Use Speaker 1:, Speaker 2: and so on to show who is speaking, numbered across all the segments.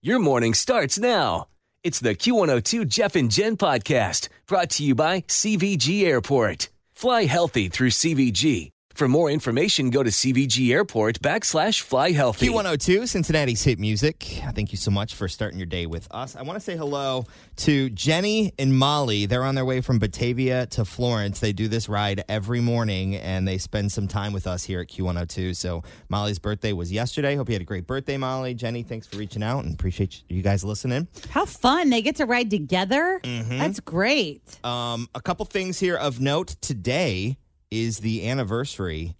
Speaker 1: Your morning starts now. It's the Q102 Jeff and Jen podcast brought to you by CVG Airport. Fly healthy through CVG. For more information, go to CVG Airport backslash fly healthy.
Speaker 2: Q102, Cincinnati's hit music. Thank you so much for starting your day with us. I want to say hello to Jenny and Molly. They're on their way from Batavia to Florence. They do this ride every morning and they spend some time with us here at Q102. So Molly's birthday was yesterday. Hope you had a great birthday, Molly. Jenny, thanks for reaching out and appreciate you guys listening.
Speaker 3: How fun. They get to ride together.
Speaker 4: Mm-hmm.
Speaker 3: That's great.
Speaker 2: Um, a couple things here of note today is the anniversary,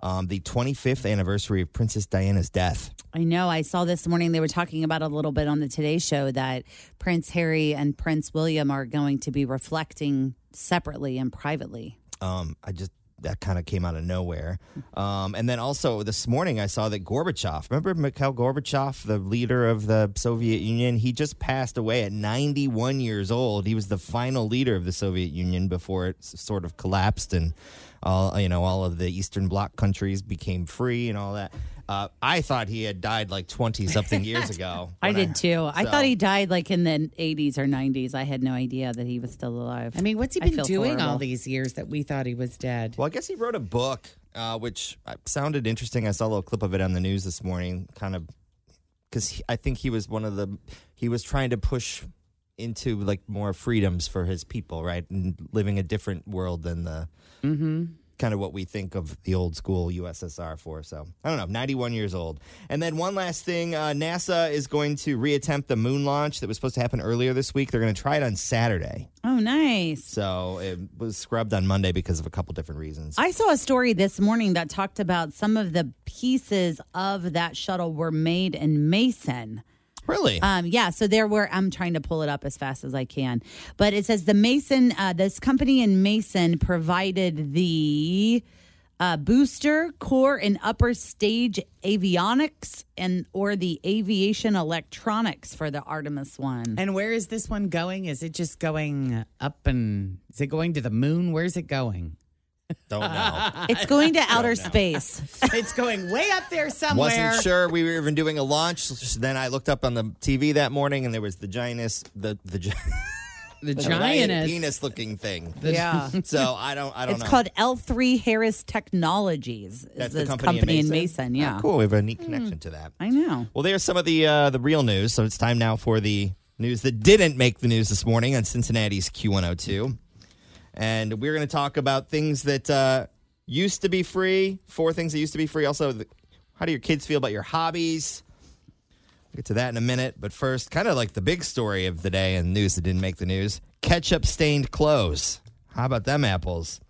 Speaker 2: um, the 25th anniversary of Princess Diana's death.
Speaker 3: I know. I saw this morning they were talking about a little bit on the Today Show that Prince Harry and Prince William are going to be reflecting separately and privately.
Speaker 2: Um, I just that kind of came out of nowhere. Um, and then also this morning, I saw that Gorbachev. Remember Mikhail Gorbachev, the leader of the Soviet Union? He just passed away at 91 years old. He was the final leader of the Soviet Union before it s- sort of collapsed and all you know all of the Eastern Bloc countries became free and all that. Uh, I thought he had died like 20 something years ago.
Speaker 4: Oh,
Speaker 3: I
Speaker 2: when
Speaker 3: did too. I
Speaker 2: so-
Speaker 3: thought he died like in the 80s or 90s. I had no idea that he was still alive.
Speaker 4: I mean, what's he
Speaker 3: I
Speaker 4: been
Speaker 3: feel
Speaker 4: doing all
Speaker 3: horrible.
Speaker 4: these years that we thought he was dead?
Speaker 2: Well, I guess he wrote a book, uh, which uh, sounded interesting. I saw a little clip of it on the news this morning, kind of because I think he was one of the he was trying to push into like more freedoms for his people, right, and living a different world than the kind of what we think of the old school USSR for. So I don't know, 91 years old. And then one last thing uh, NASA is going to reattempt the moon launch that was supposed to happen earlier this week. They're going to try it on Saturday.
Speaker 3: oh, nice.
Speaker 2: So it was scrubbed on Monday because of a couple different reasons.
Speaker 3: I saw a story this morning that talked about some of the pieces of that shuttle were made in Mason.
Speaker 2: really?
Speaker 3: Um, yeah, so there were. I'm trying to pull it up as fast as I can, but it says the Mason, uh, this company in Mason provided the uh, booster, core, and upper stage avionics and or the aviation electronics for the Artemis one.
Speaker 4: And where is this one going? Is it just going up and is it going to the moon? Where's it going?
Speaker 2: Don't know.
Speaker 3: It's going to outer space.
Speaker 4: it's going way up there somewhere.
Speaker 2: Wasn't sure we were even doing a launch. Then I looked up on the TV that morning, and there was the giantess, the the, gi-
Speaker 4: The
Speaker 2: the
Speaker 4: giantess.
Speaker 2: penis looking thing.
Speaker 3: Yeah.
Speaker 2: So I don't, I don't
Speaker 3: It's
Speaker 2: know.
Speaker 3: called L3 Harris Technologies. Is
Speaker 2: That's the
Speaker 3: this
Speaker 2: company in
Speaker 3: in
Speaker 2: Mason?
Speaker 3: Mason? Yeah.
Speaker 2: Oh, cool. We have a neat connection to that.
Speaker 3: I know.
Speaker 2: Well, there's some of the uh, the real news. So it's time now for the news that didn't make the news this morning on Cincinnati's Q102, and we're going to talk about things that uh, used to be free, four things that used to be free. Also, the, how do your kids feel about your hobbies? We'll get to that in a minute, but first, kind of like the big story of the day and news that didn't make the news: ketchup stained clothes. How about them apples?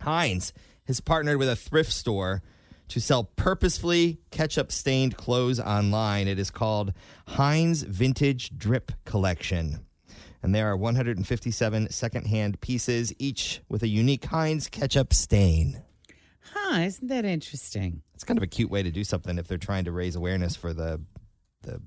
Speaker 2: Heinz has partnered with a thrift store to sell purposefully ketchup stained clothes online. It is called Heinz Vintage Drip Collection. And there are 157 secondhand pieces, each with a unique Heinz ketchup stain.
Speaker 4: Huh, isn't that interesting?
Speaker 2: It's kind of a cute way to do something if they're trying to raise awareness for the the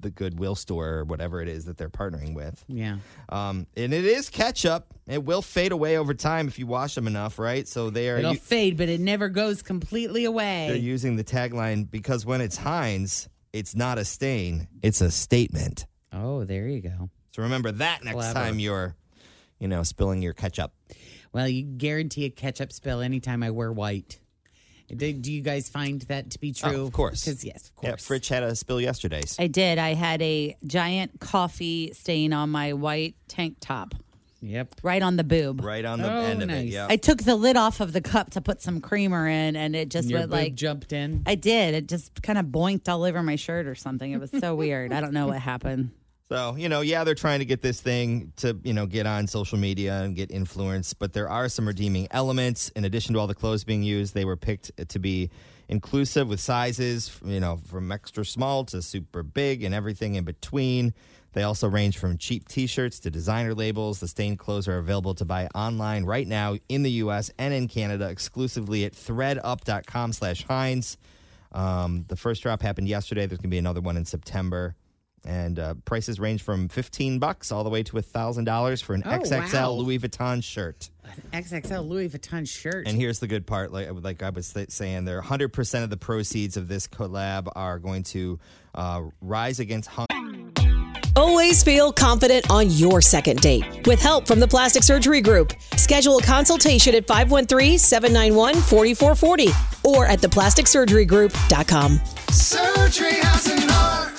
Speaker 2: the Goodwill store or whatever it is that they're partnering with.
Speaker 4: Yeah.
Speaker 2: Um, and it is ketchup. It will fade away over time if you wash them enough, right? So they are
Speaker 4: It'll
Speaker 2: you-
Speaker 4: fade, but it never goes completely
Speaker 2: They're
Speaker 4: away.
Speaker 2: using the tagline because when it's Heinz, it's not a stain, it's a statement.
Speaker 4: oh, there you go.
Speaker 2: So remember that next
Speaker 4: Clever.
Speaker 2: time you're, you know, spilling your ketchup.
Speaker 4: Well, you guarantee a ketchup spill anytime I wear white. Do, do you guys find that to be true?
Speaker 2: of course.
Speaker 4: Because, yes, of course.
Speaker 2: Yeah, Fritch had a spill yesterday.
Speaker 3: I did. I had a giant coffee stain on my white tank top,
Speaker 4: Yep.
Speaker 3: right on the boob.
Speaker 2: Right on the
Speaker 4: Oh,
Speaker 2: end of it.
Speaker 4: nice.
Speaker 2: Yeah.
Speaker 3: I took the lid off of the cup to put some creamer in, and it just
Speaker 4: Your
Speaker 3: went
Speaker 4: boob
Speaker 3: like.
Speaker 4: jumped in.
Speaker 3: I did. It just kind of boinked all over my shirt or something. It was so weird. I don't know what happened.
Speaker 2: So, you know, yeah, they're trying to get this thing to, you know, get on social media and get influence, but there are some redeeming elements. In addition to all the clothes being used, they were picked to be inclusive with sizes, you know, from extra small to super big and everything in between. They also range from cheap t shirts to designer labels. The stained clothes are available to buy online right now in the US and in Canada exclusively at threadup.com slash Heinz. Um, the first drop happened yesterday. There's going to be another one in September. And uh, prices range from 15 bucks all the way to $1,000 for an XXL
Speaker 4: Oh, wow.
Speaker 2: Louis Vuitton shirt.
Speaker 4: XXL Louis Vuitton shirt.
Speaker 2: And here's the good part like, like I was th- saying, there 100% of the proceeds of this collab are going to uh, rise against hunger.
Speaker 5: Always feel confident on your second date. With help from the Plastic Surgery Group, schedule a consultation at 513 791 4440 or at theplasticsurgerygroup.com.
Speaker 6: Surgery has an art.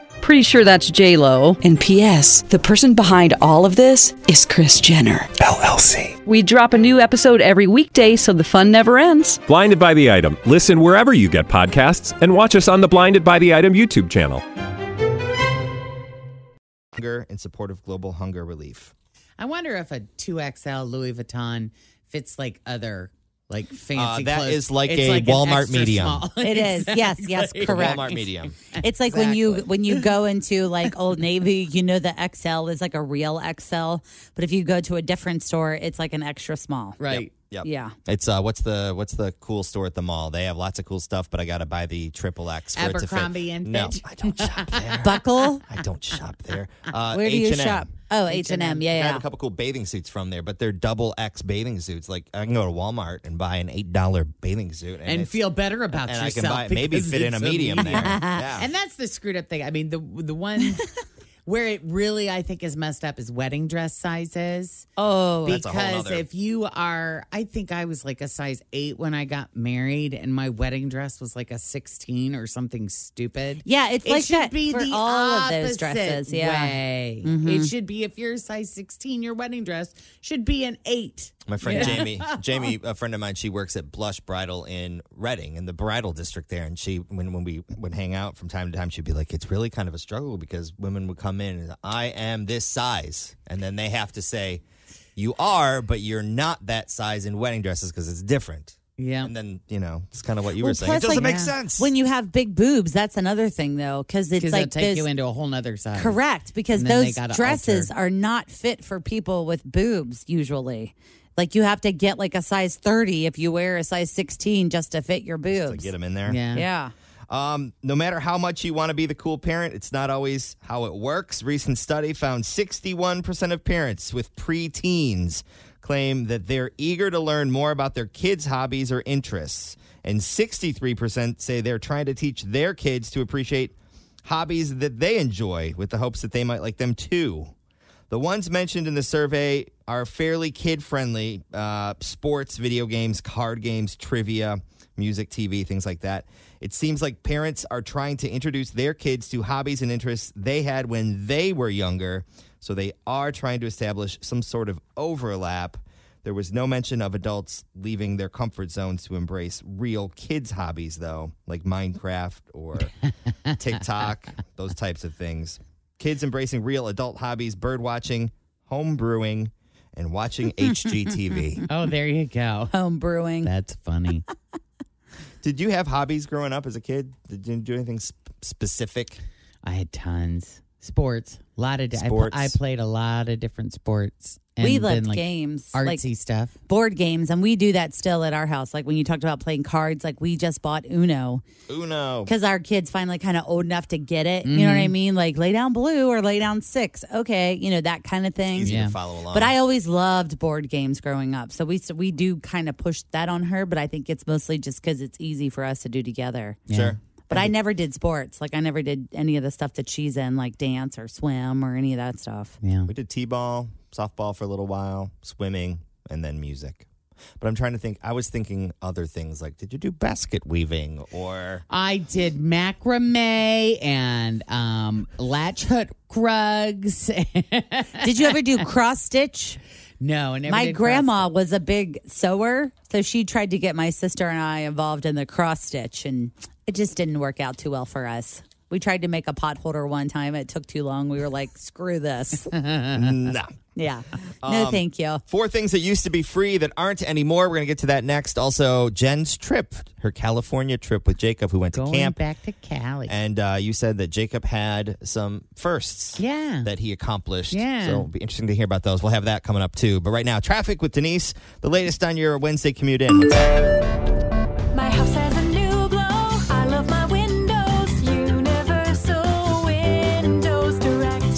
Speaker 7: Pretty sure that's J Lo.
Speaker 5: And P.S. The person behind all of this is Chris Jenner.
Speaker 8: LLC.
Speaker 7: We drop a new episode every weekday, so the fun never ends.
Speaker 8: Blinded by the item. Listen wherever you get podcasts, and watch us on the Blinded by the Item YouTube channel.
Speaker 2: hunger in support of global hunger relief.
Speaker 4: I wonder if a 2XL Louis Vuitton fits like other like
Speaker 2: Uh,
Speaker 4: fancy
Speaker 2: That is
Speaker 4: clothes.
Speaker 2: like
Speaker 4: It's
Speaker 2: a
Speaker 4: like an
Speaker 2: Walmart
Speaker 4: extra
Speaker 2: medium.
Speaker 4: small.
Speaker 3: It is. Yes, yes,
Speaker 2: The
Speaker 3: correct.
Speaker 2: Walmart medium.
Speaker 3: It's like when you when you go into like Old Navy, you know the XL is like a real XL, but if you go to a different store, it's like an extra small.
Speaker 4: Right.
Speaker 2: Yep.
Speaker 3: Yeah.
Speaker 2: It's uh, what's the what's the cool store at the mall? They have lots of cool stuff, but I gotta buy the triple X for it to
Speaker 4: Abercrombie
Speaker 2: fit.
Speaker 4: and
Speaker 2: no,
Speaker 4: Fitch.
Speaker 2: I don't shop there.
Speaker 3: Buckle.
Speaker 2: I don't shop there. Uh,
Speaker 3: Where do you
Speaker 2: H&M.
Speaker 3: shop? Oh, H and M.
Speaker 2: I have
Speaker 3: Yeah,
Speaker 2: a
Speaker 3: yeah.
Speaker 2: couple cool bathing suits from there, but they're double X bathing suits. Like I can go to Walmart and buy an eight dollar bathing suit and,
Speaker 4: And
Speaker 2: it's-
Speaker 4: feel better about
Speaker 2: and I
Speaker 4: yourself.
Speaker 2: can buy it, maybe
Speaker 4: because
Speaker 2: fit in a
Speaker 4: it's
Speaker 2: medium there. Yeah.
Speaker 4: And that's the screwed up thing. I mean, the the one where it really I think is messed up is wedding dress sizes.
Speaker 3: Oh,
Speaker 2: That's a whole
Speaker 4: because
Speaker 2: nother-
Speaker 4: if you are, I think I was like a size eight when I got married, and my wedding dress was like a sixteen or something stupid.
Speaker 3: Yeah, it's
Speaker 4: it
Speaker 3: like
Speaker 4: should
Speaker 3: that
Speaker 4: be
Speaker 3: for
Speaker 4: the
Speaker 3: all of those
Speaker 4: opposite
Speaker 3: dresses, yeah. Mm-hmm.
Speaker 4: way. It should be if you're a size sixteen, your wedding dress should be an eight.
Speaker 2: My friend Jamie, Jamie, a friend of mine, she works at Blush Bridal in Reading in the bridal district there, and she when when we would hang out from time to time, she'd be like, "It's really kind of a struggle because women would come in and I am this size, and then they have to say, you are, but you're not that size in wedding dresses because it's different."
Speaker 4: Yeah.
Speaker 2: and then you know it's kind of what you were
Speaker 3: Well,
Speaker 2: saying. It
Speaker 3: plus,
Speaker 2: doesn't
Speaker 3: like,
Speaker 2: make sense
Speaker 3: When you have big boobs, that's another thing though, because it's
Speaker 4: Because
Speaker 3: like
Speaker 4: it'll take
Speaker 3: those-
Speaker 4: you into a whole nother size.
Speaker 3: correct because
Speaker 4: And then they
Speaker 3: those
Speaker 4: gotta
Speaker 3: dresses
Speaker 4: alter.
Speaker 3: are not fit for people with boobs usually. Like you have to get like a size thirty if you wear a size sixteen just to fit your
Speaker 2: to
Speaker 3: boobs.
Speaker 2: get them in there.
Speaker 4: Yeah.
Speaker 3: yeah.
Speaker 2: Um, no matter how much you want to be the cool parent, it's not always how it works. Recent study found 61% of parents with preteens claim that they're eager to learn more about their kids' hobbies or interests, and 63% say they're trying to teach their kids to appreciate hobbies that they enjoy with the hopes that they might like them too. The ones mentioned in the survey are fairly kid friendly uh, sports, video games, card games, trivia, music, TV, things like that. It seems like parents are trying to introduce their kids to hobbies and interests they had when they were younger. So they are trying to establish some sort of overlap. There was no mention of adults leaving their comfort zones to embrace real kids' hobbies, though, like Minecraft or TikTok, those types of things. Kids embracing real adult hobbies, bird watching, home brewing, and watching HGTV.
Speaker 4: Oh, there you go.
Speaker 3: Home brewing.
Speaker 4: That's funny.
Speaker 2: Did you have hobbies growing up as a kid? Did you do anything sp- specific?
Speaker 4: I had tons. Sports, a lot of di- I pl-
Speaker 2: Sports.
Speaker 4: I, played a lot of different sports. And
Speaker 3: we
Speaker 4: then,
Speaker 3: loved
Speaker 4: like,
Speaker 3: games,
Speaker 4: artsy
Speaker 3: like
Speaker 4: stuff.
Speaker 3: board games, and we do that still at our house. Like when you talked about playing cards, like we just bought Uno
Speaker 2: Uno.
Speaker 3: because our kids finally kind of old enough to get it. You know what I mean? Like lay down blue or lay down six. Okay, you know that kind of thing.
Speaker 2: Easy
Speaker 4: Yeah.
Speaker 2: to follow along.
Speaker 3: But I always loved board games growing up, so we so we do kind of push that on her. But I think it's mostly just because it's easy for us to do together.
Speaker 2: sure.
Speaker 3: But I never did sports. Like I never did any of the stuff that she's in, like dance or swim or any of that stuff.
Speaker 4: Yeah.
Speaker 2: We did t-ball, softball for a little while, swimming, and then music. But I'm trying to think. I was thinking other things like, did you do basket weaving or
Speaker 4: I did macrame and um, latch hook rugs.
Speaker 3: Did you ever do cross stitch?
Speaker 4: no, I never
Speaker 3: My
Speaker 4: did cross-
Speaker 3: grandma was a big sewer, so she tried to get my sister and I involved in the cross stitch, and it just didn't work out too well for us. We tried to make a pot holder one time. It took too long. We were like, screw this.
Speaker 2: no?
Speaker 3: Yeah. No, thank you.
Speaker 2: Four things that used to be free that aren't anymore. We're going to get to that next. Also, Jen's trip, her California trip with Jacob, who went to
Speaker 4: going
Speaker 2: camp.
Speaker 4: back to Cali.
Speaker 2: And uh, you said that Jacob had some firsts
Speaker 4: Yeah.
Speaker 2: that he accomplished.
Speaker 4: Yeah.
Speaker 2: So it'll be interesting to hear about those. We'll have that coming up too. But right now, traffic with Denise, the latest on your Wednesday commute in. What's up?
Speaker 9: My house has a new glow. I love my windows. Universal Windows Direct.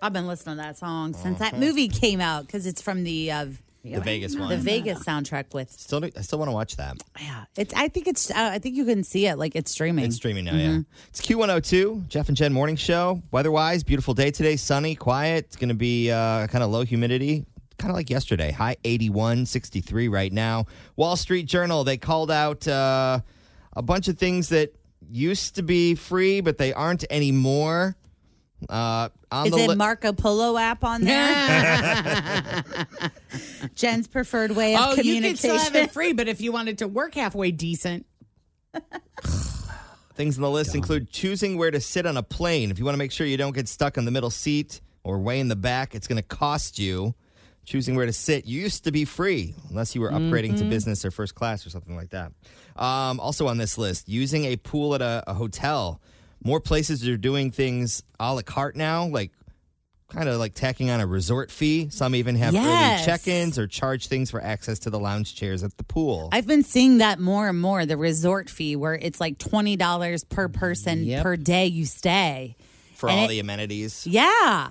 Speaker 3: I've been listening to that song since that movie came out because it's from the uh,
Speaker 2: The Vegas
Speaker 3: the
Speaker 2: one.
Speaker 3: Vegas soundtrack with.
Speaker 2: Still, I still want to watch that.
Speaker 3: Yeah, it's. I think it's. Uh, I think you can see it like it's streaming. Mm-hmm.
Speaker 2: It's streaming now, yeah. It's Q102, Jeff and Jen Morning Show. Weather-wise, beautiful day today, sunny, quiet. It's going to be uh, kind of low humidity, kind of like yesterday. High 81, 63 right now. Wall Street Journal, they called out uh, a bunch of things that used to be free, but they aren't anymore. Uh, on
Speaker 3: Is
Speaker 2: the
Speaker 3: it
Speaker 2: li-
Speaker 3: Marco Polo app on there? Jen's preferred way of
Speaker 4: oh, you can
Speaker 3: communication.
Speaker 4: still have it free, but if you wanted to work halfway decent,
Speaker 2: Things on the list include choosing where to sit on a plane. If you want to make sure you don't get stuck in the middle seat or way in the back, it's going to cost you. Choosing where to sit used to be free unless you were upgrading to
Speaker 3: Mm-hmm.
Speaker 2: business or first class or something like that. Um, also on this list, using a pool at a, a hotel. More places are doing things a la carte now, like kind of like tacking on a resort fee. Some even have early
Speaker 3: Yes.
Speaker 2: check ins or charge things for access to the lounge chairs at the pool.
Speaker 3: I've been seeing that more and more the resort fee where it's like $20 per person
Speaker 4: Yep.
Speaker 3: per day you stay.
Speaker 2: for
Speaker 3: and
Speaker 2: all
Speaker 3: it-
Speaker 2: the amenities.
Speaker 3: Yeah.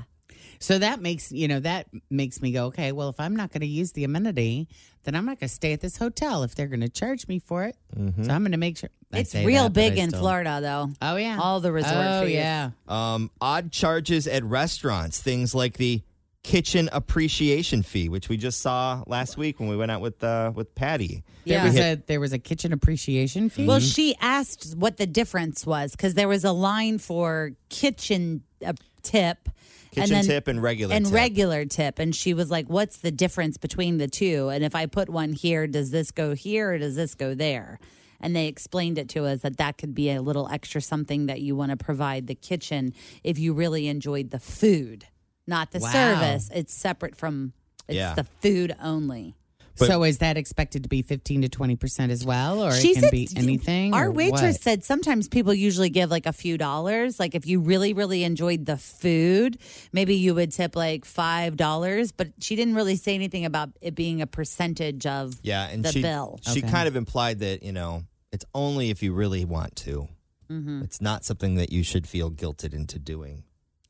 Speaker 4: so that makes you know that makes me go, okay. Well, if I'm not going to use the amenity, then I'm not going to stay at this hotel if they're going to charge me for it. So I'm going to make sure I
Speaker 3: it's
Speaker 4: say
Speaker 3: real
Speaker 4: that, but
Speaker 3: big
Speaker 4: I
Speaker 3: in
Speaker 4: still-
Speaker 3: Florida though.
Speaker 4: Oh yeah,
Speaker 3: All the resort
Speaker 4: oh,
Speaker 3: fees.
Speaker 4: yeah.
Speaker 2: um, odd charges at restaurants, things like the kitchen appreciation fee, which we just saw last week when we went out with uh, with Patty.
Speaker 4: There
Speaker 3: Yeah.
Speaker 4: was a there was a kitchen appreciation fee.
Speaker 3: Well, she asked what the difference was cuz there was a line for kitchen uh, tip
Speaker 2: Kitchen tip and regular
Speaker 3: and
Speaker 2: tip.
Speaker 3: regular tip and she was like what's the difference between the two and if i put one here does this go here or does this go there and they explained it to us that that could be a little extra something that you want to provide the kitchen if you really enjoyed the food not the
Speaker 4: Wow.
Speaker 3: service it's separate from it's
Speaker 2: Yeah.
Speaker 3: the food only
Speaker 2: But-
Speaker 4: so is that expected to be fifteen to twenty percent as well, or it can be anything?
Speaker 3: Our
Speaker 4: or
Speaker 3: waitress
Speaker 4: what?
Speaker 3: said sometimes people usually give like a few dollars. Like if you really, really enjoyed the food, maybe you would tip like five dollars. But she didn't really say anything about it being a percentage of
Speaker 2: Yeah, and
Speaker 3: the
Speaker 2: she
Speaker 3: bill.
Speaker 2: she
Speaker 4: Okay.
Speaker 2: kind of implied that you know it's only if you really want to.
Speaker 3: Mm-hmm.
Speaker 2: It's not something that you should feel guilted into doing.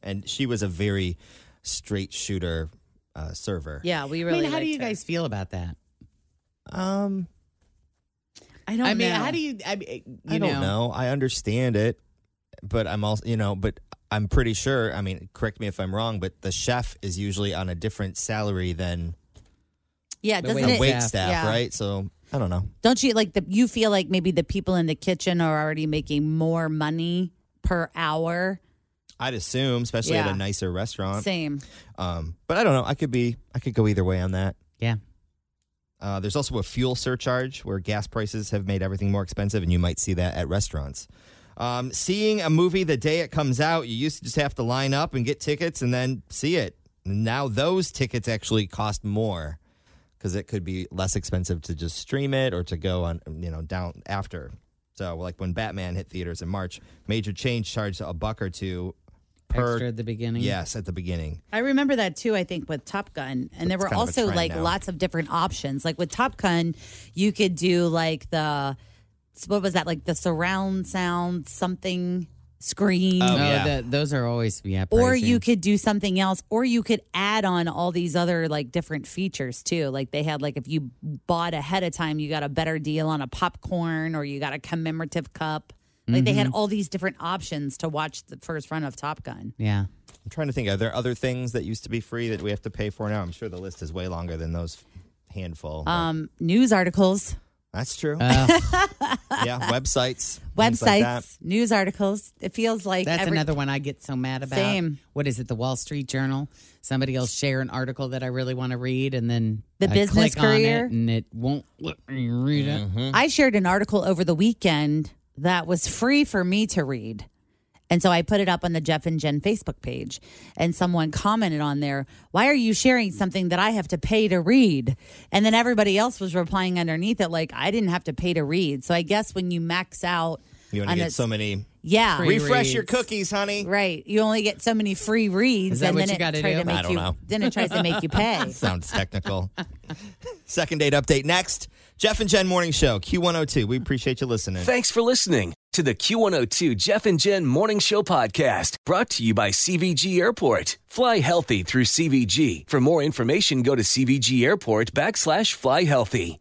Speaker 2: And she was a very straight shooter uh, server.
Speaker 3: Yeah, we
Speaker 4: I
Speaker 3: really.
Speaker 4: mean, how do
Speaker 3: liked
Speaker 4: you
Speaker 3: her.
Speaker 4: guys feel about that?
Speaker 2: Um,
Speaker 3: I don't.
Speaker 4: I mean,
Speaker 3: know.
Speaker 4: how do you? I mean, you
Speaker 2: I don't know. I understand it, but I'm also, you know, but I'm pretty sure. I mean, correct me if I'm wrong, but the chef is usually on a different salary than
Speaker 3: Yeah,
Speaker 4: The
Speaker 3: doesn't
Speaker 2: the
Speaker 3: it?
Speaker 4: Wait
Speaker 2: wait
Speaker 4: staff.
Speaker 2: staff,
Speaker 3: Yeah.
Speaker 2: right? So I don't know.
Speaker 3: Don't you like the? You feel like maybe the people in the kitchen are already making more money per hour
Speaker 2: I'd assume, especially at
Speaker 3: Yeah.
Speaker 2: a nicer restaurant.
Speaker 3: Same.
Speaker 2: Um, but I don't know. I could be. I could go either way on that.
Speaker 4: Yeah.
Speaker 2: Uh, there's also a fuel surcharge where gas prices have made everything more expensive, and you might see that at restaurants. Um, seeing a movie the day it comes out, you used to just have to line up and get tickets and then see it. Now those tickets actually cost more because it could be less expensive to just stream it or to go on, you know, down after. So, like when Batman hit theaters in March, major change charged a buck or two per
Speaker 4: Extra at the beginning.
Speaker 2: Yes, at the beginning.
Speaker 3: I remember that too, I think, with Top Gun. And there
Speaker 2: It's
Speaker 3: were
Speaker 2: kind of a
Speaker 3: also
Speaker 2: trend
Speaker 3: like
Speaker 2: now.
Speaker 3: lots of different options. Like with Top Gun, you could do like the, what was that? Like the surround sound, something screen.
Speaker 4: Oh, that, those are always yeah.
Speaker 3: or
Speaker 4: pricey.
Speaker 3: you could do something else or you could add on all these other like different features too like they had like if you bought ahead of time you got a better deal on a popcorn or you got a commemorative cup like they had
Speaker 2: Mm-hmm.
Speaker 4: Mhm.
Speaker 3: all these different options to watch the first run of top gun
Speaker 4: yeah.
Speaker 2: I'm trying to think. Are there other things that used to be free that we have to pay for now? I'm sure the list is way longer than those handful.
Speaker 3: um news articles
Speaker 2: That's true. yeah, websites, things
Speaker 3: websites
Speaker 2: like that.
Speaker 3: news articles it feels like
Speaker 4: That's
Speaker 3: every-
Speaker 4: another one I get so mad about.
Speaker 3: Same.
Speaker 4: What is it? The Wall Street Journal. Somebody will share an article that I really want to read, and then
Speaker 3: The
Speaker 4: I
Speaker 3: business Mm.
Speaker 4: click on it,
Speaker 3: career.
Speaker 4: and it won't let me read it.
Speaker 3: I shared an article over the weekend that was free for me to read. And so I put it up on the Jeff and Jen Facebook page. And someone commented on there, Why are you sharing something that I have to pay to read? And then everybody else was replying underneath it, like, I didn't have to pay to read. So I guess when you max out,
Speaker 2: You want
Speaker 3: on
Speaker 2: to
Speaker 3: a-
Speaker 2: get so many.
Speaker 3: yeah.
Speaker 2: Refresh your cookies, honey.
Speaker 3: Right. You only get so many free reads.
Speaker 4: Is that
Speaker 3: and
Speaker 4: what
Speaker 3: then
Speaker 4: you
Speaker 3: it
Speaker 4: gotta
Speaker 3: tried
Speaker 4: do?
Speaker 3: To make
Speaker 2: I don't
Speaker 3: you,
Speaker 2: know.
Speaker 3: Then it tries to make you pay.
Speaker 2: Sounds technical. Second date update next. Jeff and Jen Morning Show, Q102. We appreciate you listening.
Speaker 1: Thanks for listening to the Q102 Jeff and Jen Morning Show podcast brought to you by CVG Airport. Fly healthy through CVG. For more information, go to CVG Airport backslash fly healthy.